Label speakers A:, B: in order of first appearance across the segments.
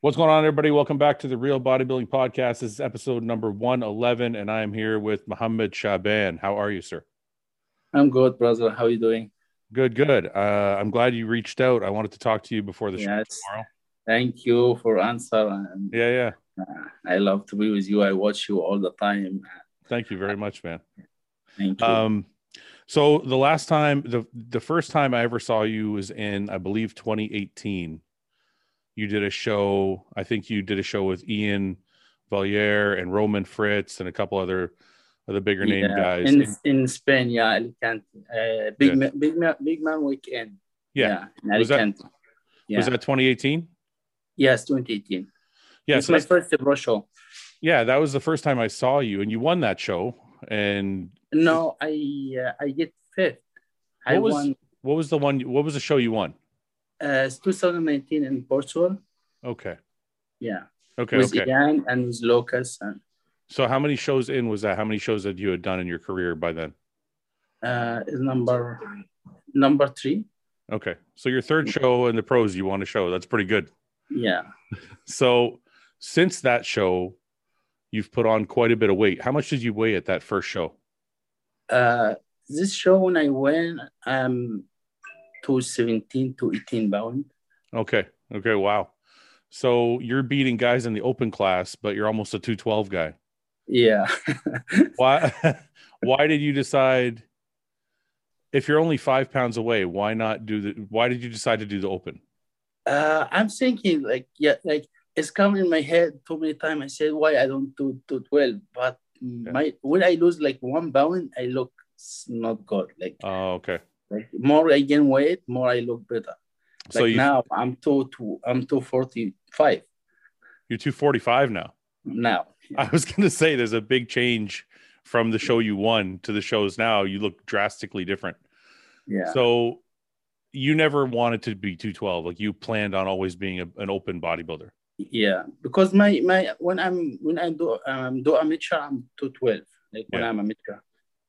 A: What's going on, everybody? Welcome back to the Real Bodybuilding Podcast. This is episode number 111, and I am here with Mohammed Shaban. How are you, sir?
B: I'm good, brother. How you doing?
A: Good, good. Uh, I'm glad you reached out. I wanted to talk to you before the show
B: Yes.
A: tomorrow.
B: Thank you for answer. And
A: Yeah, yeah.
B: I love to be with you. I watch you all the time.
A: Thank you very much, man.
B: Thank you.
A: Um, so the last time, the the first time I ever saw you was in, I believe, 2018. You did a show. I think you did a show with Ian Valier and Roman Fritz and a couple other of the bigger name
B: Yeah,
A: guys.
B: in in Spain, yeah, Alicante, uh, big
A: Yeah.
B: man, big man, big man weekend.
A: Yeah.
B: in
A: Was that-
B: Alicante. yeah.
A: Was that 2018?
B: yes, 2018.
A: Yeah,
B: it's
A: so
B: my
A: that's-
B: first pro show.
A: yeah, that was the first time I saw you, and you won that show. And
B: No, I uh, I get fifth. I
A: What was-
B: won
A: what was the one? What was the show you won?
B: uh, it's 2019 in Portugal.
A: Okay,
B: Yeah,
A: okay,
B: with
A: okay.
B: Ian and with Lucas and
A: So how many shows in was that? How many shows had you had done in your career by then?
B: uh, is number number three.
A: Okay, so your third show in the pros, you won a show. That's pretty good.
B: Yeah,
A: So since that show, you've put on quite a bit of weight. How much did you weigh at that first show?
B: uh, this show when I went, um, to 17 to 18 pound.
A: Okay, okay, wow. So you're beating guys in the open class, but you're almost a 212 guy.
B: Yeah.
A: why why did you decide if you're only five pounds away why not do the why did you decide to do the open
B: uh, I'm thinking like yeah, like it's come in my head too many times. I said why I don't do do well, but my when I lose like one pound, I look s- not good. Like
A: oh okay
B: like more I gain weight, more I look better. Like
A: so you,
B: now I'm two two I'm two forty five
A: you're 245 now
B: now.
A: i was gonna say there's a big change from the show you won to the shows now you look drastically different
B: Yeah.
A: so you never wanted to be 212 like you planned on always being a, an open bodybuilder
B: yeah. Because my my when I'm when I do um do amateur I'm two twelve. Like when
A: Yeah.
B: I'm amateur.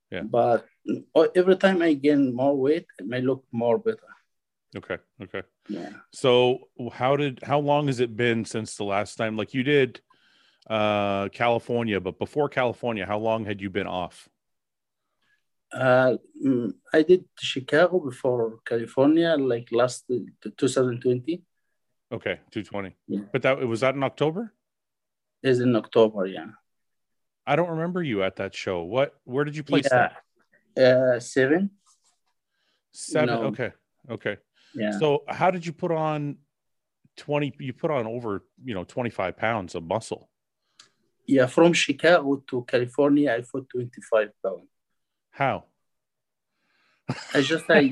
A: Yeah.
B: But mm, every time I gain more weight, I look more better.
A: okay okay
B: Yeah.
A: So how did how long has it been since the last time? Like you did uh California, but before California, how long had you been off?
B: Uh, mm, I did Chicago before California, like last uh, t- 2020
A: Okay, 220.
B: Yeah.
A: But that was that in October?
B: is in October. Yeah,
A: I don't remember you at that show. What where did you place
B: yeah,
A: that?
B: uh, seven.
A: Seven.
B: no.
A: Okay. Okay.
B: Yeah,
A: So how did you put on 20 you put on over, you know, 25 pounds of muscle?
B: yeah. From Chicago to California, I put 25 pounds.
A: How?
B: I just I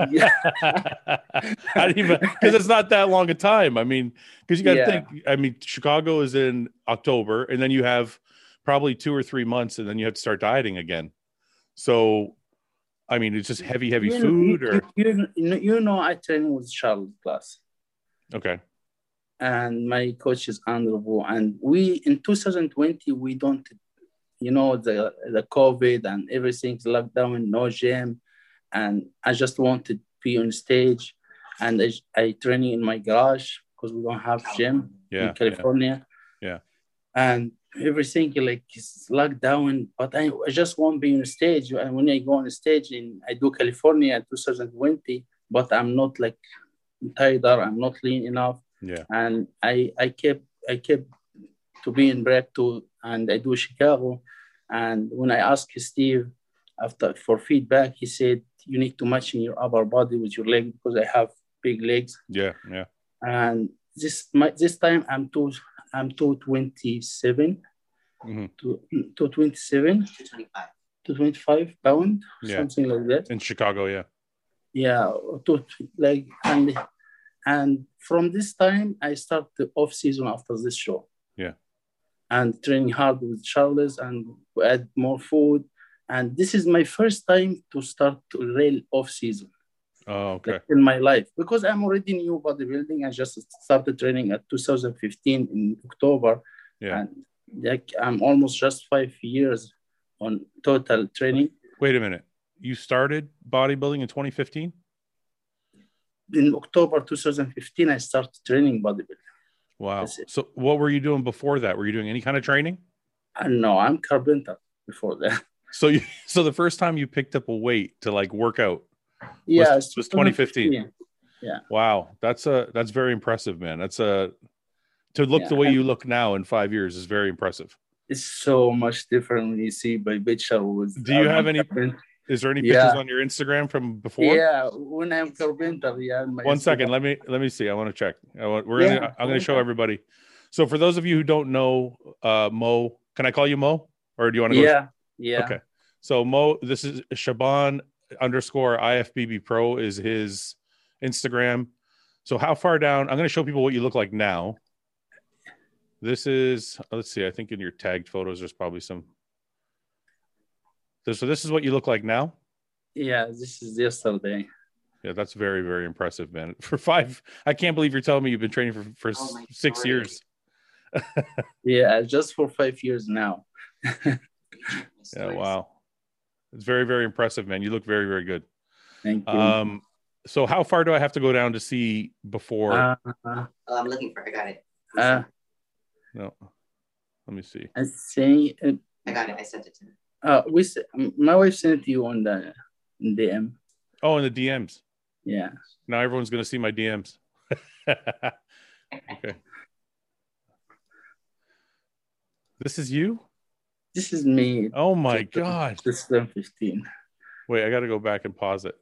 A: I didn't even because it's not that long a time. I mean, because you got to
B: Yeah.
A: think. I mean, Chicago is in October, and then you have probably two or three months, and then you have to start dieting again. So, I mean, it's just heavy, heavy
B: you,
A: food.
B: you-
A: Or
B: you, you know, you know I train with Charles Glass
A: okay,
B: and my coach is Andrew Wu, and we in 2020 we don't you know the the COVID and everything's locked down, no gym, and I just wanted to be on stage, and I, I training in my garage because we don't have gym
A: yeah,
B: in California.
A: Yeah.
B: And everything like is locked down, but I, I just won't be on stage. And when I go on stage in I do California in 2020, but I'm not like tired, I'm not lean enough.
A: yeah,
B: And I I kept I kept to be in break to and I do Chicago. And when I asked Steve after for feedback, he said you need to match in your upper body with your leg because I have big legs
A: yeah, yeah.
B: and this my, this time I'm two I'm two twenty seven
A: Mhm.
B: to two twenty seven to twenty five pound
A: Yeah.
B: something like that
A: In Chicago, yeah,
B: yeah to like and and from this time I start the off season after this show
A: Yeah.
B: and training hard with Charles and add more food and this is my first time to start to real off season
A: oh, okay,
B: like, in my life because I'm already new bodybuilding. I just started training at 2015 in October,
A: yeah.
B: and like I'm almost just five years on total training.
A: Wait a minute, you started bodybuilding in 2015.
B: In October 2015, I started training bodybuilding.
A: Wow.
B: That's it.
A: So what were you doing before that? Were you doing any kind of training?
B: I know I'm carpenter before that.
A: So you so the first time you picked up a weight to like work out.
B: yeah,
A: was 2015. Wow. That's a that's very impressive, man. That's a to look
B: Yeah,
A: the way
B: and-
A: you look now in five years is very impressive.
B: It's so much different when you see my picture with.
A: Do you
B: I'm
A: have any
B: carpenter.
A: Is there any
B: Yeah.
A: pictures on your Instagram from before?
B: Yeah, when I'm carpenter, yeah. my
A: One second.
B: Instagram.
A: Let me let me see. I want to check. I want, we're
B: Yeah,
A: gonna, I'm going
B: okay.
A: to show everybody. So for those of you who don't know, uh, Mo, can I call you Mo, or do you want to go?
B: Yeah, yeah.
A: Okay. So Mo, this is Shaban underscore IFBB Pro is his Instagram. So how far down? I'm going to show people what you look like now. This is let's see. I think in your tagged photos, there's probably some. So this is what you look like now.
B: Yeah, this is yesterday.
A: Yeah, that's very, very impressive, man. For five, I can't believe you're telling me you've been training for for
C: Oh my
A: s- six
C: God.
A: years.
B: Yeah, just for five years now.
A: Yeah, wow. It's very, very impressive, man. You look very, very good.
B: Thank you.
A: Um, so how far do I have to go down to see before?
B: Uh,
C: Oh, I'm looking for it. I got it.
B: uh,
A: no, let me see.
B: I think uh,
C: I got it. I sent it to him.
B: uh, we s- my wife sent you on the DM.
A: Oh, and the DMs.
B: Yeah,
A: Now everyone's gonna see my DMs. okay. This is you.
B: this is me.
A: Oh my god.
B: 2015.
A: Wait, I got to go back and pause it.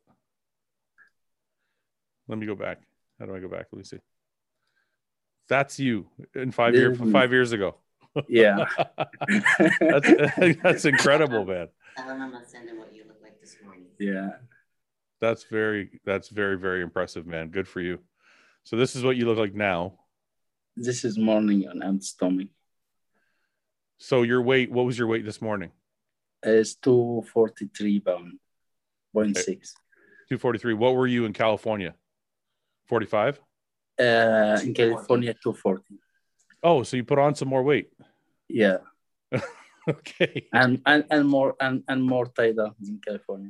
A: Let me go back. How do I go back? Let me see. That's you in five
B: This
A: year
B: is me.
A: five years ago.
B: Yeah.
A: that's that's incredible, man.
C: Tell him I'm gonna send him what you look like this morning.
B: yeah.
A: That's very that's very very impressive, man. Good for you. So this is what you look like now.
B: This is morning on empty stomach.
A: So your weight, what was your weight this morning?
B: It's 243 pound, point six.
A: Two forty three. What were you in California? Forty five.
B: Uh, in California, 240.
A: Oh, so you put on some more weight.
B: Yeah,
A: Okay.
B: and and, and more and, and more tighter in California.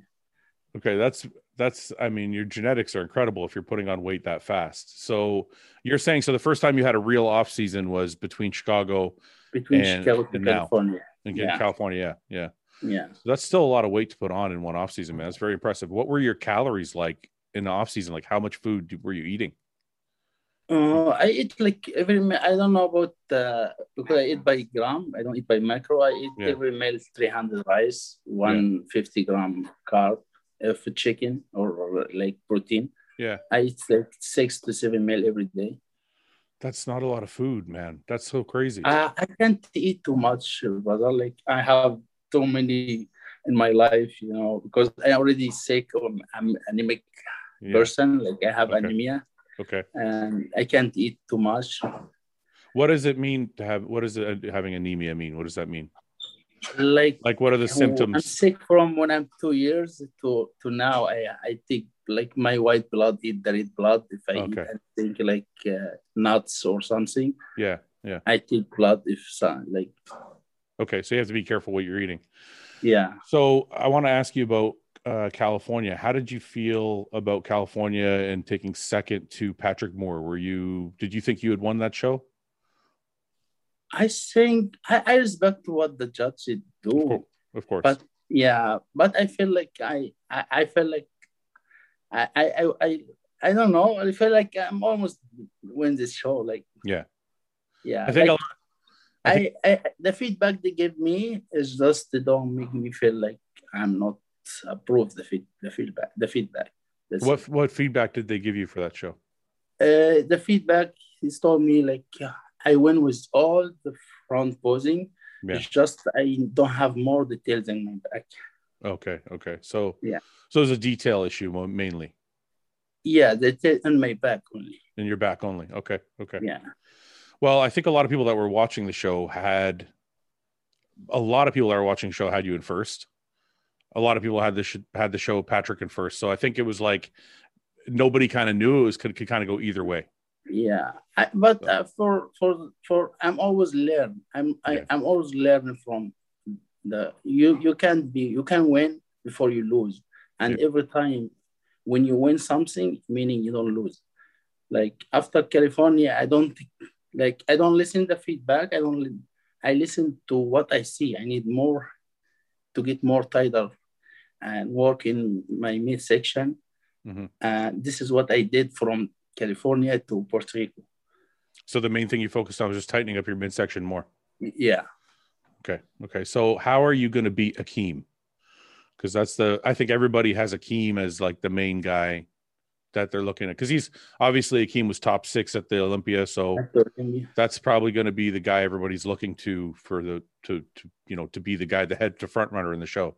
A: Okay, that's that's I mean, your genetics are incredible if you're putting on weight that fast. So you're saying so the first time you had a real off season was between Chicago
B: Between
A: And-
B: Chicago
A: and
B: and
A: now.
B: California.
A: and
B: Yeah.
A: California. Yeah, yeah.
B: Yeah.
A: So that's still a lot of weight to put on in one off season, man. That's very impressive. What were your calories like in the off season? Like how much food do- were you eating?
B: Uh, I eat like every meal. I don't know about uh, because I eat by gram. I don't eat by macro. I eat
A: Yeah.
B: every meal 300 rice, 150 gram carb of chicken or, or like protein.
A: Yeah.
B: I eat like six to seven meal every day.
A: That's not a lot of food, man. That's so crazy.
B: Uh, I can't eat too much, brother. Like I have too many in my life, you know, because I already sick or I'm anemic
A: Yeah,
B: person. Like I have
A: Okay.
B: anemia
A: Okay.
B: and I can't eat too much.
A: What does it mean to have what does it, having anemia mean? What does that mean?
B: Like
A: Like what are the
B: I'm
A: symptoms?
B: sick from when I'm two years to to now. I I take like my white blood eat the red blood. If I eat
A: Okay.
B: anything like uh, nuts or something,
A: Yeah, yeah.
B: I take blood. If so, like
A: Okay, so you have to be careful what you're eating.
B: yeah,
A: So I want to ask you about uh, California. How did you feel about California and taking second to Patrick Moore? Were you did you think you had won that show?
B: I think I, I respect what the judges
A: Of course.
B: do.
A: Of course.
B: But- Yeah, but I feel like I I, I feel like I I I. I I don't know. I feel like I'm almost win this show. Like
A: Yeah.
B: yeah.
A: I think
B: like-
A: a lot- I
B: I, I the feedback they give me is just they don't make me feel like I'm not approved the feed, the feedback the feedback. That's it.
A: what what feedback did they give you for that show?
B: Uh, the feedback is told me like I went with all the front posing.
A: Yeah.
B: It's just I don't have more details in my back.
A: Okay, okay. So
B: Yeah.
A: So it was a detail issue mo- mainly
B: Yeah, the detail in my back only.
A: in your back only. Okay, okay.
B: Yeah,
A: Well, I think a lot of people that were watching the show had a lot of people that were watching the show had you in first. A lot of people had the sh- had the show Patrick in first. So I think it was like nobody kind of knew it was could, could kind of go either way.
B: yeah. I, but uh, for for for I'm always learn. I'm I,
A: Yeah.
B: I'm always learning from the you you can be you can win before you lose and every time when you win something meaning you don't lose like after california i don't Like I don't listen the feedback. I don't. li- I listen to what I see. I need more to get more tighter and work in my midsection.
A: Mhm.
B: And this is what I did from California to Puerto Rico.
A: So the main thing you focused on was just tightening up your midsection more.
B: Yeah.
A: Okay. Okay. So how are you going to beat Akeem? Because that's the I think everybody has Akeem as like the main guy that they're looking at. Because he's obviously Akeem was top six at the Olympia, so
B: After him,
A: that's probably going to be the guy everybody's looking to for the to to you know to be the guy the head to front runner in the show.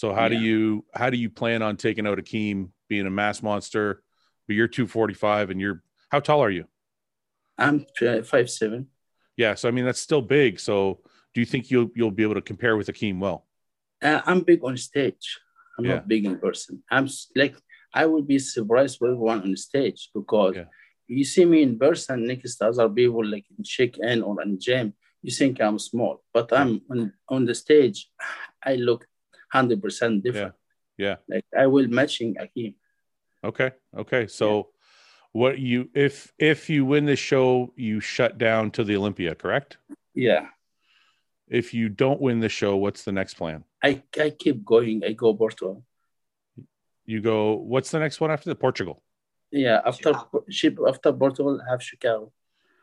A: So how
B: Yeah.
A: do you how do you plan on taking out Akeem being a mass monster? But you're 245 and you're how tall are you?
B: I'm uh, five seven.
A: Yeah, so I mean that's still big. So do you think you'll you'll be able to compare with Akeem well?
B: Uh, I'm big on stage. I'm
A: Yeah.
B: not big in person. I'm s- like I would be surprised with everyone on stage because
A: Yeah.
B: you see me in person next to other people like in check in or in gym. You think I'm small, but I'm on, on the stage. I look hundred percent different.
A: Yeah.
B: Like I will matching Akeem.
A: Okay. Okay. So what you if if you win this show, you shut down to the Olympia, correct?
B: Yeah,
A: If you don't win the show, what's the next plan?
B: I, I keep going. I go Porto.
A: You go what's the next one after the Portugal?
B: Yeah, after
C: Chicago.
B: ship after Portugal, I have Chicago.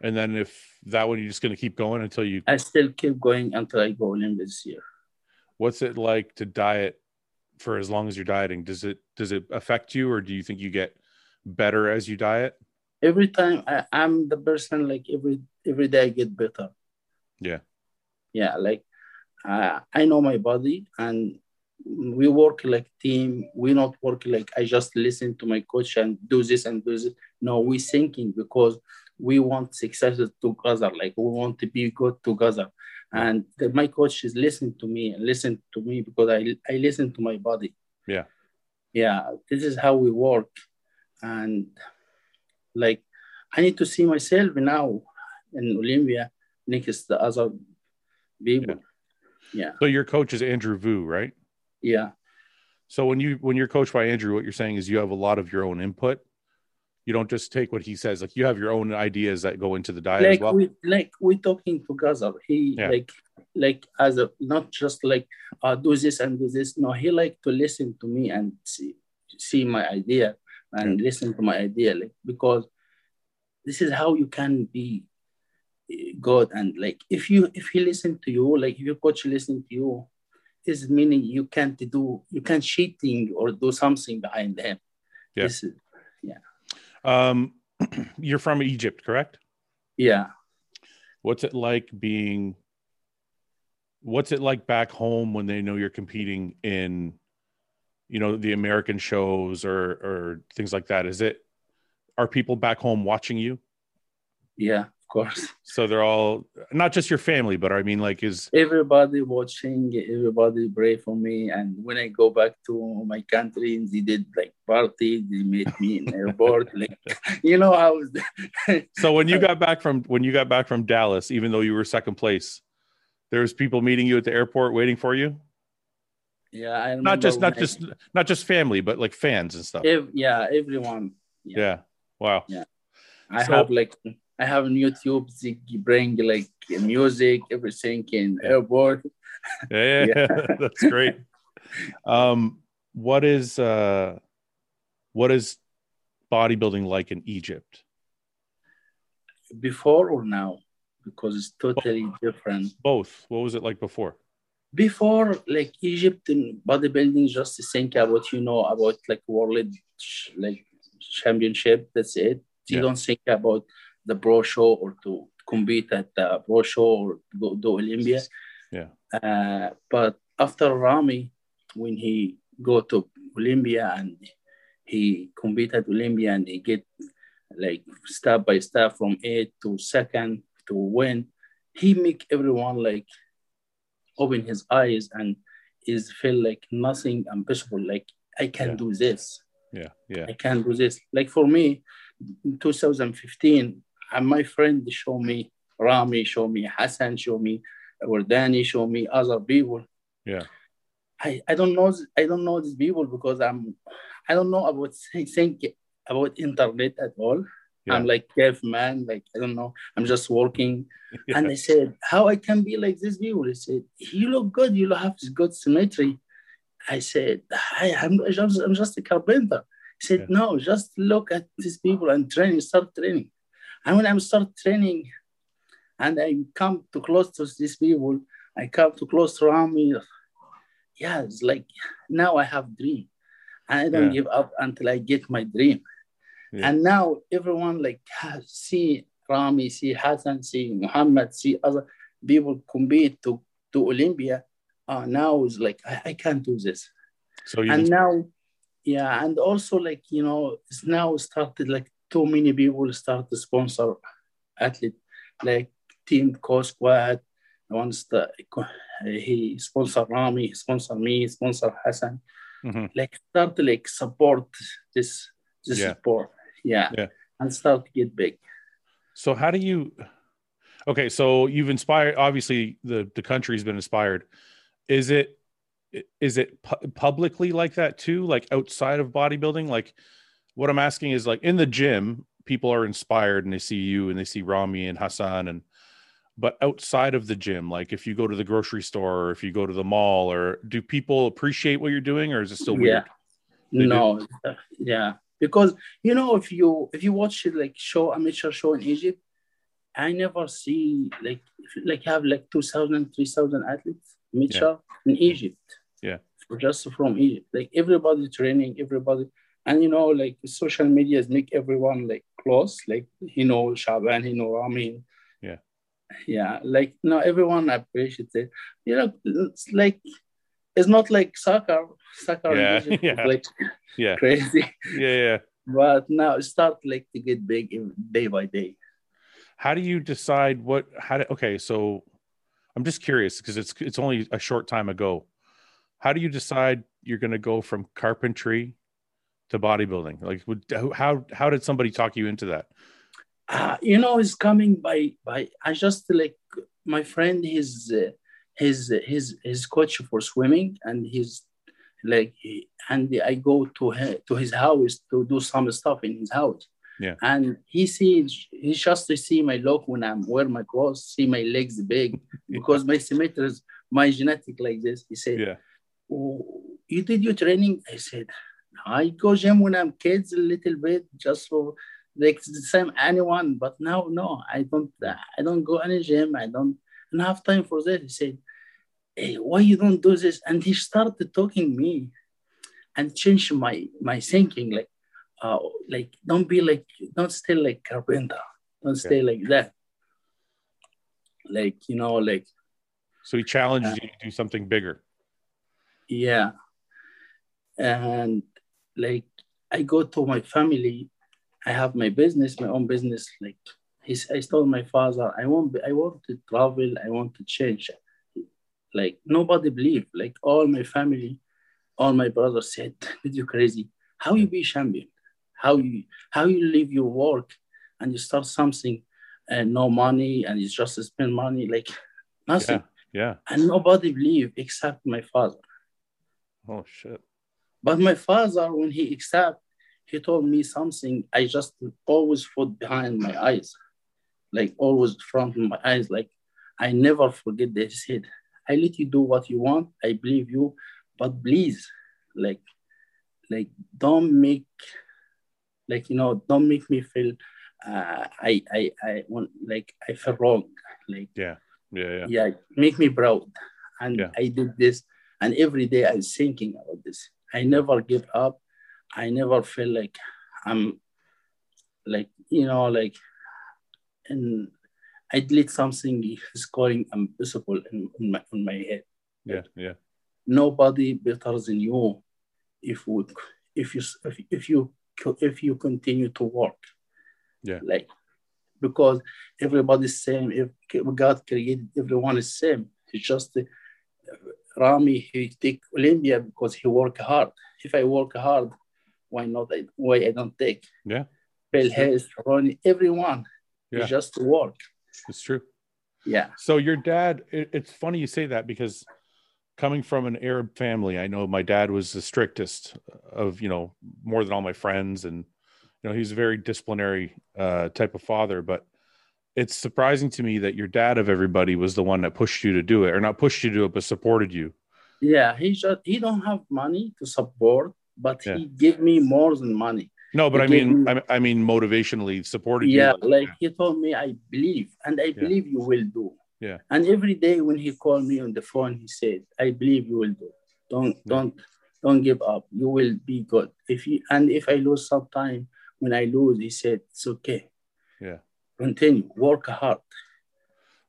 A: And then if that one you're just gonna keep going until you
B: I still keep going until I go Olympics this year.
A: what's it like to diet for as long as you're dieting? Does it does it affect you or do you think you get better as you diet?
B: every time I, I'm the person like every every day I get better.
A: Yeah.
B: Yeah, like uh, I know my body and we work like team. We not work like I just listen to my coach and do this and do this. No, we thinking because we want successes together. Like we want to be good together. And the, my coach is listening to me and listen to me because I, I listen to my body.
A: Yeah.
B: Yeah. This is how we work. And like I need to see myself now in Olympia next to the other people.
A: So your coach is Andrew Vu, right?
B: Yeah,
A: So when you when you're coached by Andrew, what you're saying is you have a lot of your own input. You don't just take what he says. Like you have your own ideas that go into the diet as
B: like
A: well.
B: we like we talking together. He
A: Yeah.
B: like like as a not just like uh, do this and do this. No, he like to listen to me and see see my idea and listen to my idea. Like because this is how you can be eh, good and like if you if he listen to you like if your coach listen to you is meaning you can't do you can't cheating or do something behind him
A: Yeah.
B: this is,
A: Um, you're from Egypt, correct?
B: yeah
A: What's it like being? What's it like back home when they know you're competing in, you know, the American shows or or things like that? Is it? Are people back home watching you?
B: Yeah, of course.
A: So they're all not just your family, but I mean, like, is
B: Everybody watching, everybody pray for me. And when I go back to my country, they did like party. They met me in airport. like, you know, I was
A: So when you got back from when you got back from Dallas, even though you were second place, there was people meeting you at the airport waiting for you.
B: yeah. I remember
A: Not just
B: when
A: not
B: I-
A: just not just family, but like fans and stuff.
B: ev- yeah, everyone.
A: yeah. Wow.
B: Yeah. I
A: So-
B: have like I have on YouTube. They bring like music, everything in
A: Yeah.
B: airport.
A: Yeah. That's great. Um, what is uh, what is bodybuilding like in Egypt?
B: Before or now, because it's totally different.
A: Both. What was it like before?
B: before like Egypt and bodybuilding, just think about you know about like world ch- like championship. That's it. You
A: Yeah.
B: don't think about the pro show or to compete at the pro show or go to Olympia.
A: Yeah.
B: Uh, but after Rami, when he go to Olympia and he competed at Olympia and he get like step by step from eight to second to win, he make everyone like open his eyes and is feel like nothing impossible. Like I can
A: Yeah.
B: do this.
A: Yeah. Yeah.
B: I can do this. Like for me, in 2015, and uh, my friend show me Rami, show me Hassan, show me Wardani, show me other people.
A: Yeah.
B: I, I don't know I don't know these people because I'm I don't know about think, think about internet at all.
A: Yeah.
B: I'm like caveman, like I don't know. I'm just walking.
A: Yeah.
B: And I said, how I can be like this people? They said, you look good. You have good symmetry. I said, I, I'm, just, I'm just a carpenter. He said,
A: Yeah.
B: no, just look at these people and train, start training. And when I'm start training and I come too close to these people, I come too close to Rami. Yeah, it's like now I have dream. And I don't
A: Yeah.
B: give up until I get my dream.
A: Yeah.
B: And now everyone like ha- see Rami, see Hassan, see Muhammad, see other people compete to, to Olympia. Uh, now it's like, I, I can't do this
A: So you
B: and
A: just,
B: now yeah and also like you know it's now started like too many people start to sponsor athlete like team co squad once the he sponsor rami he sponsor me he sponsor hassan
A: Mhm.
B: like start to like support this this
A: Yeah.
B: support yeah.
A: Yeah.
B: and start to get big
A: so how do you? Okay, so you've inspired. Obviously, the the country's been inspired. Is it is it pu- publicly like that too? Like outside of bodybuilding? Like what I'm asking is like in the gym, people are inspired and they see you and they see Rami and Hassan and. But outside of the gym, like if you go to the grocery store or if you go to the mall, or do people appreciate what you're doing, or is it still weird? They do?
B: no uh, yeah because you know if you if you watch it like show amateur show in egypt i never see like if- like have like 2000 3000 athletes amateur in egypt
A: Yeah.
B: just from egypt like everybody training everybody and you know like social medias make everyone like close like you know shaban you know rami
A: Yeah.
B: yeah like no everyone appreciates it you know it's like it's not like soccer soccer in
A: Yeah,
B: Egypt is,
A: yeah.
B: like
A: Yeah,
B: crazy.
A: yeah, yeah.
B: But now it start like to get big in- day by day.
A: how do you decide what how to okay so i'm just curious because it's it's only a short time ago how do you decide you're going to go from carpentry to bodybuilding like would, how how did somebody talk you into that
B: Uh, you know, it's coming by by. I just like my friend. His uh, his his his coach for swimming, and he's like, he- and I go to he, to his house to do some stuff in his house.
A: Yeah.
B: And he sees he just see my look when I'm wear my clothes, see my legs big because my symmetry is my genetic like this. He said,
A: yeah
B: "Oh, you did your training? I said, I go gym when I'm kids a little bit, just for like the same anyone. But now, no, I don't. I don't go any gym. I don't, I don't have time for that. He said, hey, why you don't do this? And he started talking me, and changed my my thinking. Like, uh, like don't be like, don't stay like carpenter. Don't stay like that. Like you know, like
A: so he challenged you to do something bigger
B: Yeah. And like I go to my family, I have my business, my own business. Like he's, I told my father, I want, I want to travel, I want to change. Like nobody believed. Like all my family, all my brothers said, "Did you crazy? How you be champion? How you how you leave your work and you start something and no money and you just spend money like nothing."
A: yeah
B: And nobody believed except my father.
A: oh shit
B: But my father, when he accept, he told me something I just always put behind my eyes, like always front of my eyes. Like I never forget that he said, I let you do what you want, I believe you, but please, like, like don't make like you know, don't make me feel uh, I I I want like I feel wrong. Like
A: yeah yeah
B: yeah, make me proud. And
A: Yeah.
B: I did this, and every day I'm thinking about this. I never give up. I never feel like I'm, like you know, like, and I did something is going impossible in, in my in my head.
A: yeah yeah
B: Nobody better than you, if would if you if, if you if you continue to work.
A: Yeah.
B: Like, because everybody's same. If God created everyone is same. It's just uh, Rami he take Olympia because he work hard. If I work hard, why not? I, why I don't take?
A: Yeah.
B: Bill
A: That's true.
B: Hayes, Ronnie, everyone.
A: Yeah.
B: It's just work.
A: it's true
B: Yeah.
A: So your dad, it, it's funny you say that because coming from an Arab family, I know my dad was the strictest of, you know, more than all my friends and you know he's a very disciplinary uh, type of father but it's surprising to me that your dad of everybody was the one that pushed you to do it or not pushed you to do it but supported you
B: Yeah, he just he don't have money to support, but
A: Yeah.
B: he give me more than money.
A: no but i
B: He gave
A: mean
B: me-
A: I, I mean motivationally supported
B: yeah,
A: you
B: like he told me, I believe, and I believe you will do.
A: Yeah.
B: And every day when he called me on the phone, he said, I believe you will do. Don't
A: Yeah.
B: don't don't give up. You will be good. If you and if I lose sometime, when I lose, he said, It's okay.
A: Yeah.
B: Continue, work hard.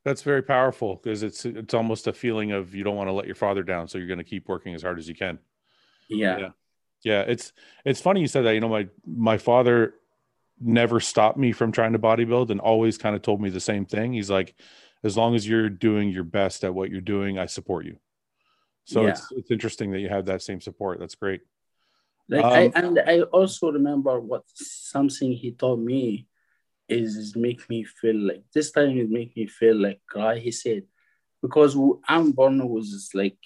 A: that's very powerful because it's it's almost a feeling of you don't want to let your father down so you're going to keep working as hard as you can
B: Yeah.
A: Yeah. Yeah, it's it's funny you said that. You know, my my father never stopped me from trying to bodybuild and always kind of told me the same thing. He's like, as long as you're doing your best at what you're doing, I support you. So
B: Yeah.
A: it's it's interesting that you have that same support. That's great.
B: Like I
A: Um,
B: and I also remember what something he told me is make me feel like this time it make me feel like cry. He said because w- I'm born was just like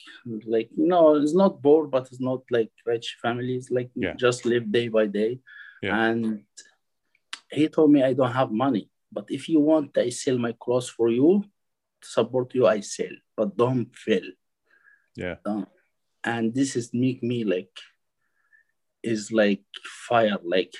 B: like you know it's not poor but it's not like rich families like we
A: Yeah.
B: just live day by day.
A: Yeah.
B: And he told me I don't have money, but if you want, I sell my clothes for you. To support you, I sell, but don't fail.
A: Yeah.
B: Don't. And this is make me like is like fire, like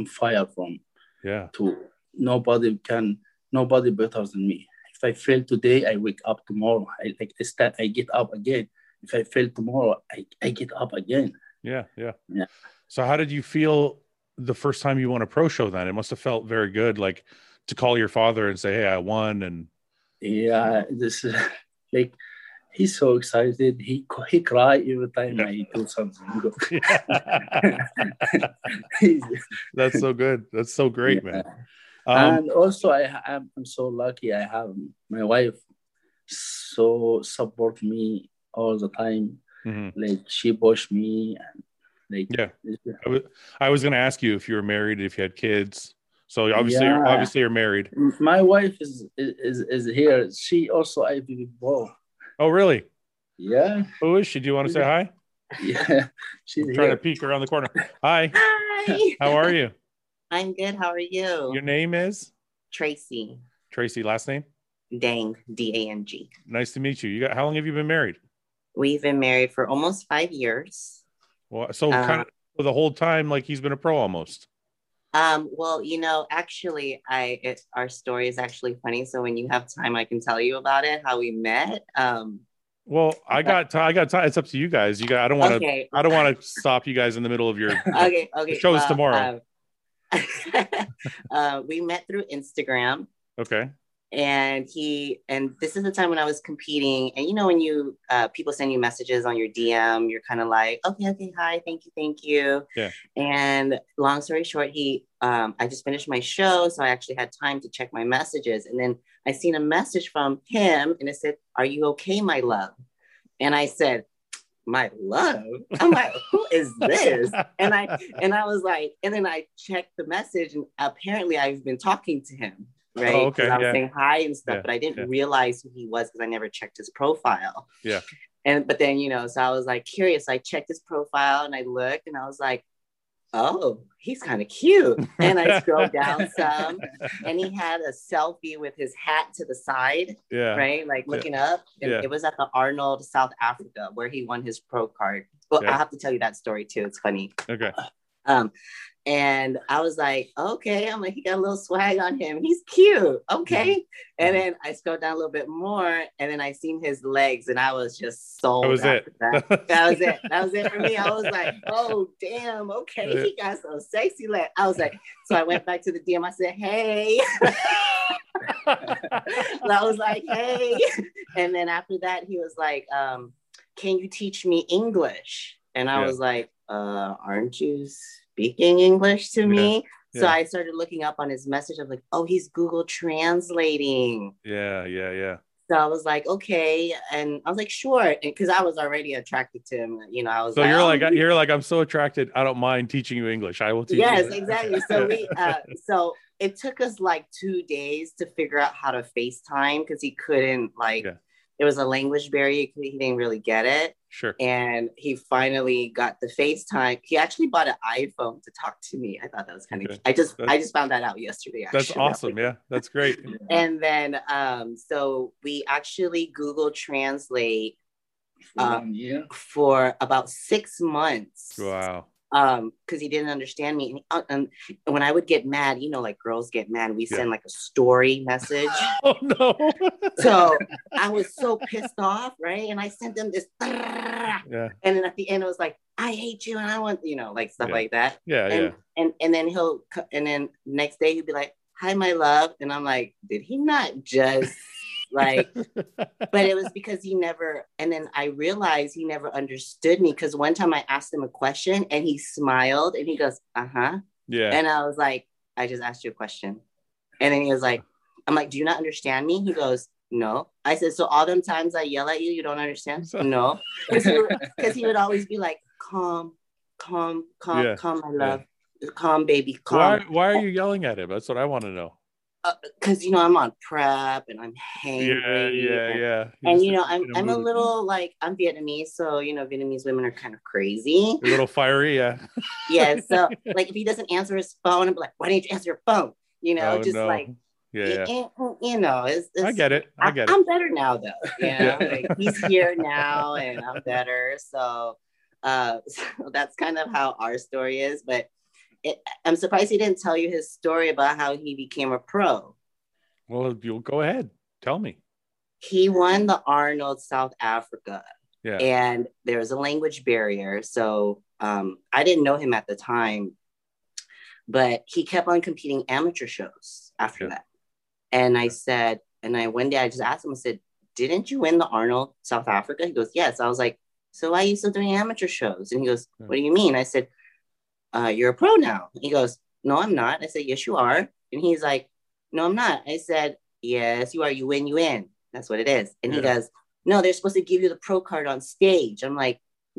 B: I'm fire from
A: Yeah.
B: to nobody can nobody better than me. If I fail today, I wake up tomorrow. I like I stand, I get up again. If I fail tomorrow, I, I get up again.
A: Yeah. Yeah.
B: Yeah.
A: So how did you feel the first time you won a pro show then? It must have felt very good, like to call your father and say, Hey, I won and
B: Yeah, this is like he's so excited. He he cry every time
A: Yeah.
B: I do something good.
A: that's so good. That's so great, man. Um,
B: and also, I ha- I'm, I'm so lucky. I have my wife so support me all the time.
A: mhm.
B: Like she pushed me and like
A: Yeah. I was I was going to ask you if you were married, if you had kids. So obviously,
B: Yeah.
A: obviously, you're married.
B: my wife is is is here. She also IBB
A: Oh, really?
B: Yeah,
A: Who is she? Do you want to say hi?
B: yeah. She's
A: I'm trying to
B: here.
A: peek around the corner. Hi.
C: Hi.
A: How are you?
C: I'm good. How are you?
A: Your name is
C: Tracy
A: Tracy. Last name.
C: Dang, D A N G.
A: Nice to meet you. You got how long have you been married?
C: We've been married for almost five years.
A: Well, so
C: Uh,
A: kind of for the whole time, like he's been a pro almost.
C: Um, well, you know, actually, I it, our story is actually funny. So when you have time, I can tell you about it, how we met. Um,
A: Well, I got time. I got time. It's up to you guys. You got. I don't want to.
C: okay,
A: I don't want to stop you guys in the middle of your.
C: okay, okay.
A: show is tomorrow.
C: um, uh, we met through Instagram,
A: Okay.
C: and he and this is the time when I was competing. And you know, when you uh, people send you messages on your DM, you're kind of like, okay, okay, hi, thank you, thank you.
A: Yeah.
C: And long story short, he, um, I just finished my show, so I actually had time to check my messages, and then I seen a message from him, and it said, "Are you okay, my love?" And I said, "My love." I'm like, who is this? and I and I was like, and then I checked the message, and apparently I've been talking to him, right?
A: Oh, okay,
C: 'Cause I was
A: yeah.
C: saying hi and stuff,
A: Yeah,
C: but I didn't
A: yeah.
C: realize who he was because I never checked his profile.
A: Yeah.
C: And but then you know, so I was like curious. I checked his profile and I looked, and I was like, oh, he's kind of cute. And I scrolled down some, and he had a selfie with his hat to the side
A: yeah.
C: right? Like looking up. And
A: Yeah.
C: It was at the Arnold, South Africa, where he won his pro card. Well,
A: Yeah.
C: I have to tell you that story too. It's funny.
A: Okay.
C: Um, and I was like, okay, I'm like, he got a little swag on him. He's cute. Okay. And then I scrolled down a little bit more, and then I seen his legs, and I was just sold.
A: was
C: after That. That was it. That was it for me. I was like, oh damn, okay, he got some sexy leg. I was like, so I went back to the DM. I said, hey. And I was like, hey. And then after that, he was like, um, can you teach me English? And I
A: Yeah.
C: was like, uh, aren't you speaking English to me? So
A: yeah.
C: I started looking up on his message. I'm like, oh, he's Google translating.
A: yeah. Yeah. Yeah.
C: So I was like, okay. And I was like, sure. Because I was already attracted to him. You know, I was
A: So you're
C: "Oh,
A: like
C: you
A: you're like I'm so attracted. I don't mind teaching you English. I will teach.
C: yes
A: you.
C: exactly so we uh so it took us like two days to figure out how to facetime because he couldn't like
A: Yeah.
C: it was a language barrier. He didn't really get it.
A: Sure.
C: And he finally got the FaceTime. He actually bought an iPhone to talk to me. I thought that was kind of
A: Okay.
C: cute. I just
A: That's-
C: I just found that out yesterday.
A: That's
C: actually.
A: awesome. Yeah, that's great.
C: And then um, so we actually Google Translate
B: For
C: Uh,
B: one year.
C: for about six months.
A: Wow.
C: um because he didn't understand me and, uh, and when i would get mad you know like girls get mad we
A: Yeah.
C: send like a story message
A: Oh no.
C: so i was so pissed off right and i sent them this and
A: yeah.
C: then at the end it was like i hate you and i want you know like stuff
A: Yeah.
C: like that
A: Yeah.
C: and,
A: Yeah.
C: and and then he'll co- and then next day he'd be like hi my love and i'm like did he not just like but it was because he never and then i realized he never understood me because one time i asked him a question and he smiled and he goes uh-huh
A: yeah.
C: and i was like i just asked you a question and then he was like i'm like do you not understand me he goes no i said so all them times i yell at you you don't understand no because he, would- 'cause he would always be like calm calm calm
A: Yeah,
C: calm my
A: yeah.
C: love calm baby
A: Why
C: calm
A: why are you yelling at him? That's what I want to know.
C: because you know i'm on prep and i'm hangry
A: Yeah, yeah,
C: and-
A: yeah. He's
C: and you know
A: just
C: I'm,
A: in
C: I'm a
A: mood.
C: little like i'm vietnamese so you know vietnamese women are kind of crazy
A: You're a little fiery, yeah.
C: yeah so like if he doesn't answer his phone i'm like why didn't you answer your phone you know
A: Oh,
C: just
A: no.
C: like
A: yeah, yeah.
C: y- y- you know it's, it's
A: I get it. I get it.
C: am better now though yeah
B: Yeah.
C: like, he's here now and i'm better so uh so that's kind of how our story is but it, i'm surprised he didn't tell you his story about how he became a pro
A: Well, you'll go ahead. Tell me.
C: he won the Arnold South Africa.
A: Yeah.
C: And there was a language barrier. So um, I didn't know him at the time, but he kept on competing amateur shows after
A: Yeah.
C: that. And I said, and I one day I just asked him, I said, didn't you win the Arnold South Africa? He goes, yes. I was like, so why are you still doing amateur shows? And he goes,
A: Yeah.
C: what do you mean? I said, uh, you're a pro now. He goes, no, I'm not. I said, yes, you are. And he's like, no, I'm not. I said, yes, you are. You win, you win. That's what it is. And he
A: Yeah.
C: goes, no, they're supposed to give you the pro card on stage. I'm like,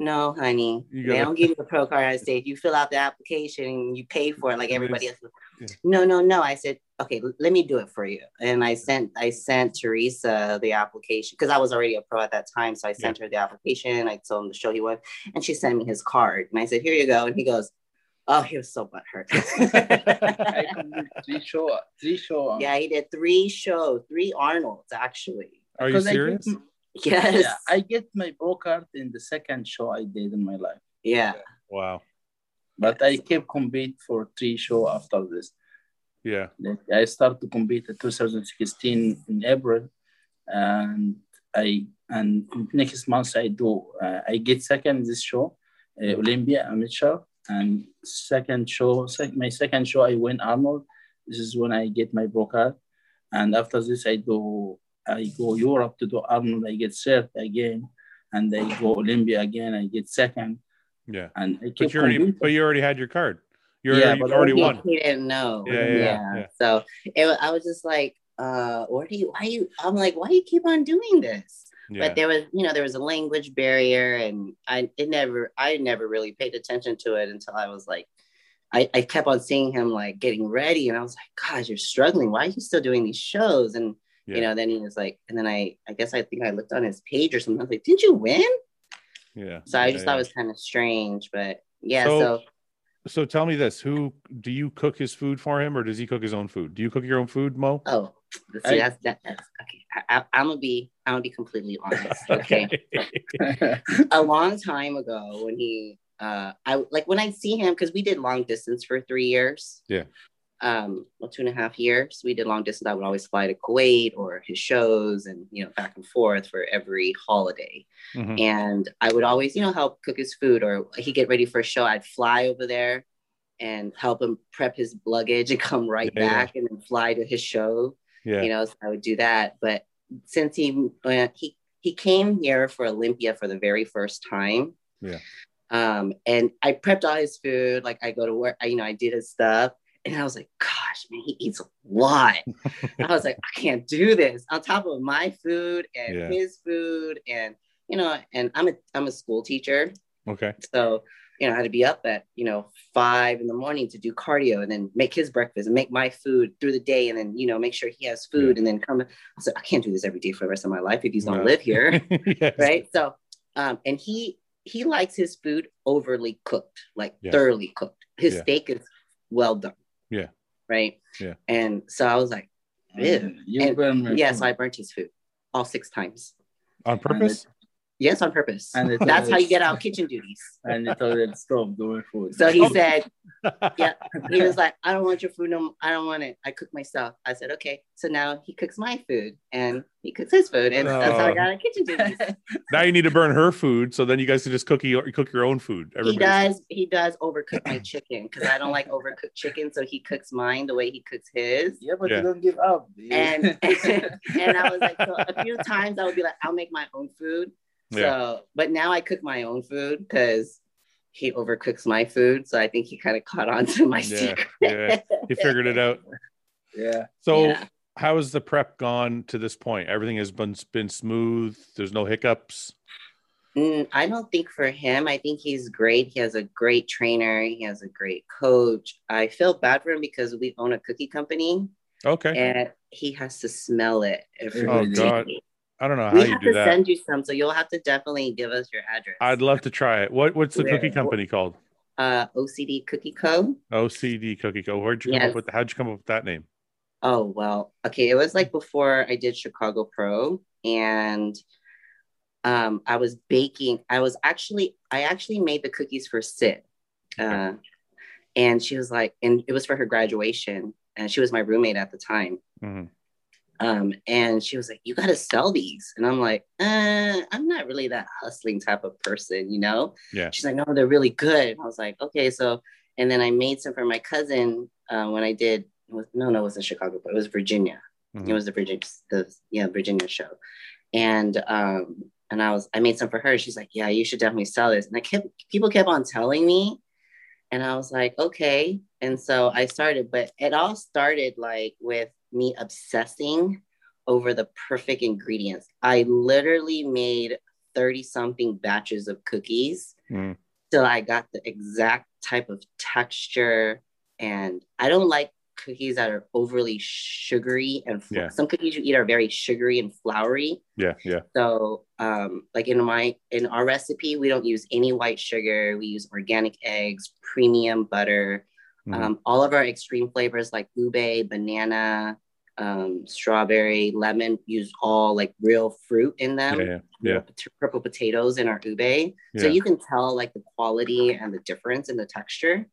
C: no, honey,
A: You
C: they
A: gotta-
C: don't give you the pro card on stage. You fill out the application and you pay for it like
A: It
C: everybody
A: is-
C: else.
A: yeah.
C: No, no, no. I said, okay, l- let me do it for you. And I sent, I sent Teresa the application because I was already a pro at that time. So I sent her the application. I told him the show he won, and she sent me his card. And I said, here you go. And he goes, oh, he was so butthurt.
B: I can do three show, three show.
C: Yeah, he did three shows, three Arnolds actually.
A: Are you
B: Because I get
A: serious?
B: m-
C: Yes.
B: yeah, I get my pro card in the second show I did in my life,
C: yeah.
A: Wow.
B: but I kept compete for three show after this.
A: Yeah.
B: Like, I started to compete in 2016 in April, and I and next month I do uh, I get second this show, uh, Olympia amateur, and second show sec- my second show I win Arnold. This is when I get my pro card, and after this I do I go Europe to do Arnold. I get third again, and I go Olympia again. I get second,
A: Yeah.
B: and I keep
A: But you already
B: competing.
A: but you already had your card. You
B: Yeah,
A: already,
B: but
A: you already
C: He,
A: won.
C: he didn't know.
A: Yeah, yeah, yeah, yeah.
C: So it, wa- I was just like, uh, where do you why you I'm like, why do you keep on doing this?
A: Yeah.
C: But there was, you know, there was a language barrier and I it never I never really paid attention to it until I was like I, I kept on seeing him like getting ready and I was like, gosh, you're struggling. Why are you still doing these shows? And
A: Yeah.
C: you know, then he was like, and then I I guess I think I looked on his page or something. I was like, did you win?
A: Yeah.
C: So I
A: Yeah,
C: just
A: yeah.
C: thought it was kind of strange, but yeah.
A: So-
C: So,
A: So tell me this: Who do you cook his food for him, or does he cook his own food? Do you cook your own food, Mo?
C: oh, see,
B: I-
C: that's that, that's okay. I, I, I'm gonna be I'm gonna be completely honest. Okay, a long time ago when he uh I like when I see him because we did long distance for three years.
A: Yeah.
C: Um, well, two and a half years. We did long distance. I would always fly to Kuwait or his shows, and you know, back and forth for every holiday.
A: Mhm.
C: and I would always, you know, help cook his food or he'd get ready for a show. I'd fly over there and help him prep his luggage and come right
A: Yeah, yeah.
C: back and then fly to his show.
A: Yeah.
C: You know, so I would do that. But since he uh, he he came here for Olympia for the very first time.
A: Yeah.
C: Um, and I prepped all his food. Like I go to work, I, you know, I did his stuff. And I was like, gosh, man, he eats a lot. I was like, I can't do this on top of my food and
A: Yeah.
C: his food and you know, and I'm a I'm a school teacher,
A: Okay.
C: so you know, I had to be up at, you know, five in the morning to do cardio and then make his breakfast and make my food through the day and then, you know, make sure he has food and then come. I said, I can't do this every day for the rest of my life if he's gonna
A: No.
C: live here.
A: Yes.
C: right. So um and he he likes his food overly cooked, like
A: Yeah.
C: thoroughly cooked. His
A: Yeah.
C: steak is well done.
A: Yeah.
C: Right.
A: Yeah.
C: And so I was like, Yeah.
B: You
C: And-
B: burn my
C: yes, yeah, so I
B: phone.
C: burnt his food all six times.
A: On purpose?
C: Yes, on purpose.
B: And it
C: That's how you
B: always-
C: get out kitchen duties.
B: And it already stopped doing food.
C: So he
A: Oh.
C: said,
A: yeah.
C: Yeah. he was like, I don't want your food. No, I don't want it. I cook myself. I said, okay. So now he cooks my food and he cooks his food. And that's how I
A: Oh.
C: got a kitchen duties.
A: Now you need to burn her food, so then you guys can just cook your cook your own food.
C: he does, he does overcook my chicken because I don't like overcooked chicken. So he cooks mine the way he cooks his.
B: yeah, but
A: Yeah.
B: you don't give up. You-
C: And and I was like, so a few times I would be like, I'll make my own food. So,
A: Yeah.
C: but now I cook my own food because he overcooks my food. So I think he kind of caught on to my
A: Yeah,
C: secret.
A: yeah. He figured it out.
B: yeah.
A: So
C: Yeah.
A: how has the prep gone to this point? Everything has been been smooth. There's no hiccups.
C: Mm, I don't think for him. I think he's great. He has a great trainer. He has a great coach. I feel bad for him because we own a cookie company
A: Okay.
C: and he has to smell it every
B: Oh,
A: God.
C: day.
A: I don't know how
C: We
A: you
C: have
A: do
C: to
A: that.
C: send you some, so you'll have to definitely give us your address.
A: I'd love to try it. What what's the
B: Yeah.
A: cookie company called?
C: uh, OCD Cookie Co.
A: OCD Cookie Co. Where'd you come
C: Yes.
A: up with how'd you come up with that name?
C: Oh well, okay. It was like before I did Chicago Pro, and um, I was baking. I was actually, I actually made the cookies for Sid, uh, and she was like, and it was for her graduation, and she was my roommate at the time.
A: Mhm.
C: Um, and she was like, "You got to sell these," and I'm like, uh, "I'm not really that hustling type of person, you know."
A: Yeah.
C: She's like, "No, they're really good." And I was like, "Okay, so." And then I made some for my cousin uh, when I did. it Was, no, no, it wasn't Chicago, but it was Virginia.
A: Mhm.
C: It was the Virginia, the yeah, Virginia show, and um, and I was I made some for her. She's like, "Yeah, you should definitely sell this." And I kept people kept on telling me, and I was like, "Okay." And so I started, but it all started like with me obsessing over the perfect ingredients. I literally made 30 something batches of cookies
A: Mm.
C: till I got the exact type of texture. And I don't like cookies that are overly sugary and fl-
A: Yeah.
C: some cookies you eat are very sugary and floury.
A: Yeah, yeah.
C: So um, like in my in our recipe, we don't use any white sugar. We use organic eggs, premium butter.
A: Mhm.
C: Um, all of our extreme flavors like ube, banana, um, strawberry, lemon use all like real fruit in them.
A: yeah, yeah.
C: You know, pot- purple potatoes in our ube. Um, So
A: Yeah.
C: you can tell like the quality and the difference in the texture.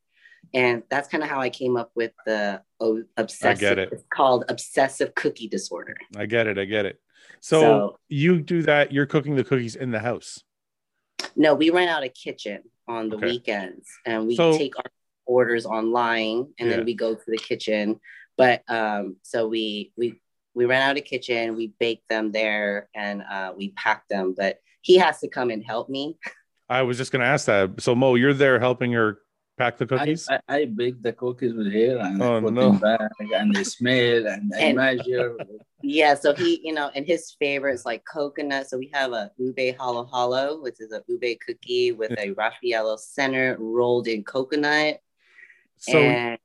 C: And that's kind of how I came up with the o- obsessive.
A: it.
C: It's called obsessive cookie disorder.
A: I get it. I get it. So,
C: So-
A: you do that, you're cooking the cookies in the house.
C: No, we rent out a kitchen on the
A: Okay.
C: weekends and we
A: So-
C: take our orders online and
A: Yeah.
C: then we go to the kitchen. But um, so we we we rent out a kitchen, we bake them there and uh, we pack them. But he has to come and help me.
A: I was just gonna ask that. So Mo, you're there helping her pack the
B: I,
A: cookies?
B: I, I bake the cookies with her and
A: Oh,
B: I put
A: no.
B: them back and they smell and I
C: And-
B: measure.
C: Yeah, so he, you know, and his favorite is like coconut. So we have a ube hollow hollow, which is a ube cookie with a Raffaello center rolled in coconut.
A: so
C: and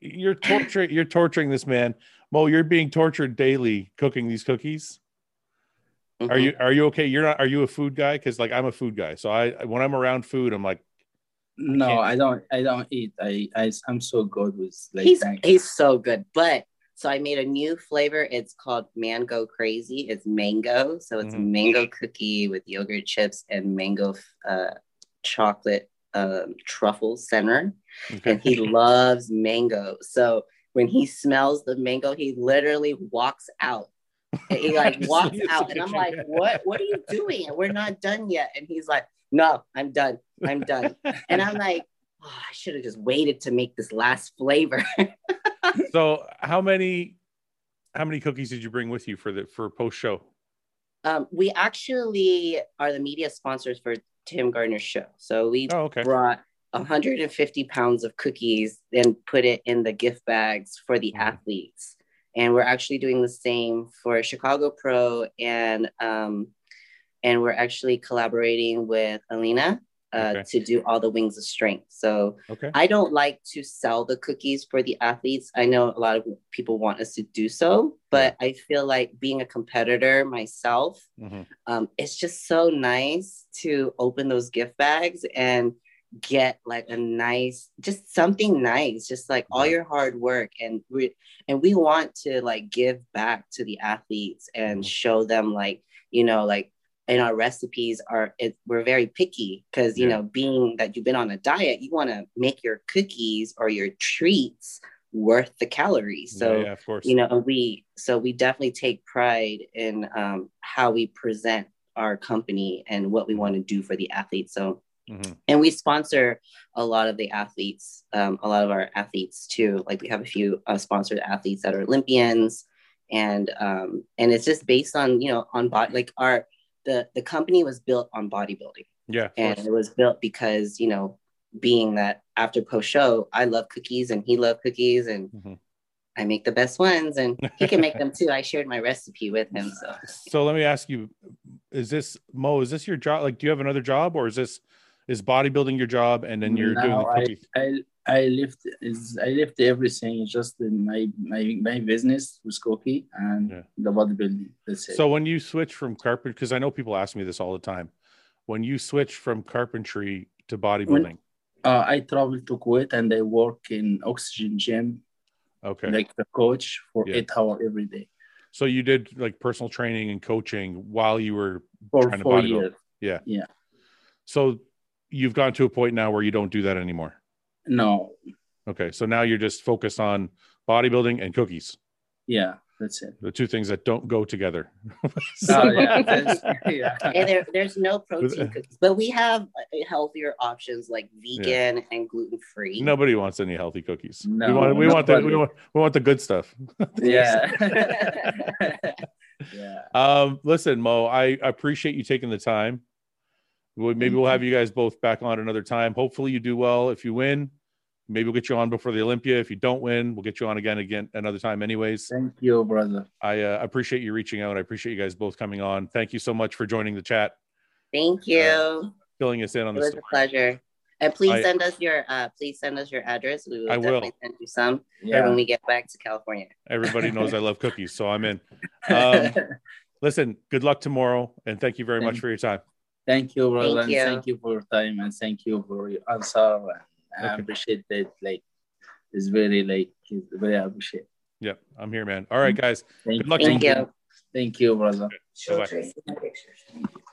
A: you're torturing you're torturing this man. Mo, you're being tortured daily cooking these cookies. Are
C: Mhm.
A: you are you okay? You're not are you a food guy? Because like I'm a food guy. So I when I'm around food, I'm like,
B: No,
A: can't-
B: I don't. I don't eat. I, I I'm so good with like.
C: he's
B: thank-
C: he's so good. But so I made a new flavor. It's called Mango Crazy. It's mango, so it's
A: Mhm.
C: mango cookie with yogurt chips and mango uh, chocolate um, truffle center.
A: okay.
C: and he loves mango. So when he smells the mango, he literally walks out. And he
A: I
C: like
A: just
C: walks
A: see this
C: out, and I'm
A: picture,
C: like,
A: yeah.
C: "What? What are you doing? We're not done yet." And he's like, "No, I'm done. I'm done." And I'm like, oh, "I should have just waited to make this last flavor."
A: so how many how many cookies did you bring with you for the for post show?
C: Um, we actually are the media sponsors for Tim Gardner's show, so we
A: Oh, okay.
C: brought 150 pounds of cookies and put it in the gift bags for the
A: Mhm.
C: athletes. And we're actually doing the same for Chicago Pro and um, and we're actually collaborating with Alina uh,
A: Okay.
C: to do all the wings of strength. So
A: Okay.
C: I don't like to sell the cookies for the athletes. I know a lot of people want us to do so, but I feel like being a competitor myself,
A: Mhm.
C: um, it's just so nice to open those gift bags and get like a nice just something nice just like all
A: Yeah.
C: your hard work and we and we want to like give back to the athletes and
A: Mhm.
C: show them like you know like and our recipes are it, we're very picky because you
A: Yeah.
C: know being that you've been on a diet you want to make your cookies or your treats worth the calories so
A: yeah, yeah, of course.
C: you know and we so we definitely take pride in um, how we present our company and what we want to do for the athletes so
A: Mhm.
C: and we sponsor a lot of the athletes um, a lot of our athletes too like we have a few uh, sponsored athletes that are olympians and um, and it's just based on you know on body like our the the company was built on bodybuilding
A: Yeah. of
C: and
A: course.
C: it was built because you know being that after post show i love cookies and he loved cookies and
A: Mhm.
C: I make the best ones and he can make them too. I shared my recipe with him. So
A: So let me ask you: Is this Mo? Is this your job? Like, do you have another job, or is this is bodybuilding your job, and then you're doing the
B: No, I-
A: cookie?
B: I I left is I left everything just in my my my business was cookie and
A: Yeah.
B: the bodybuilding. That's it.
A: So when you switch from carpentry, because I know people ask me this all the time, when you switch from carpentry to bodybuilding,
B: uh, I travel to Kuwait and I work in oxygen gym
A: okay.
B: like the coach for
A: Yeah.
B: eight hour every day
A: so you did like personal training and coaching while you were
B: for
A: Trying to
B: four
A: bodybuild.
B: years.
A: so you've gotten to a point now where you don't do that anymore.
B: No,
A: Okay. So now you're just focused on bodybuilding and cookies,
B: yeah, that's it.
A: the two things that don't go together.
B: Oh, yeah, that's, yeah.
C: and there, there's no protein cookies, but we have uh, healthier options like vegan and gluten free.
A: Nobody wants any healthy cookies. we
B: No,
A: want we want the we
B: nobody.
A: want, we want the good stuff.
B: yeah. yeah.
A: Um, listen, Mo, I appreciate you taking the time. We- Maybe
B: Thank
A: we'll have you guys both back on another time. Hopefully, you do well. If you win, maybe we'll get you on before the Olympia. If you don't win, we'll get you on again again another time. Anyways,
B: Thank you, brother.
A: I uh, appreciate you reaching out. I appreciate you guys both coming on. Thank you so much for joining the chat,
C: Thank you.
A: filling us in on
C: it was
A: this.
C: a pleasure. And please
A: I-
C: send us your uh, please send us your address. We will
A: I will.
C: definitely send you some for when
B: Yeah.
C: we get back to California.
A: Everybody knows I love cookies, so I'm in. Um, listen, good luck tomorrow, and thank you very much
B: Thank-
A: for your time.
B: thank you, brother.
C: Thank
B: and
C: you.
B: Thank you for your time and thank you for your answer. And I
A: Okay.
B: appreciate that. Like, it's very, like, it's very appreciate.
A: Yep, I'm here, man. All right, guys.
B: Thank
A: Good luck
B: you.
C: Thank you.
B: Thank you, brother.
A: Bye-bye.
C: Tracy my pictures.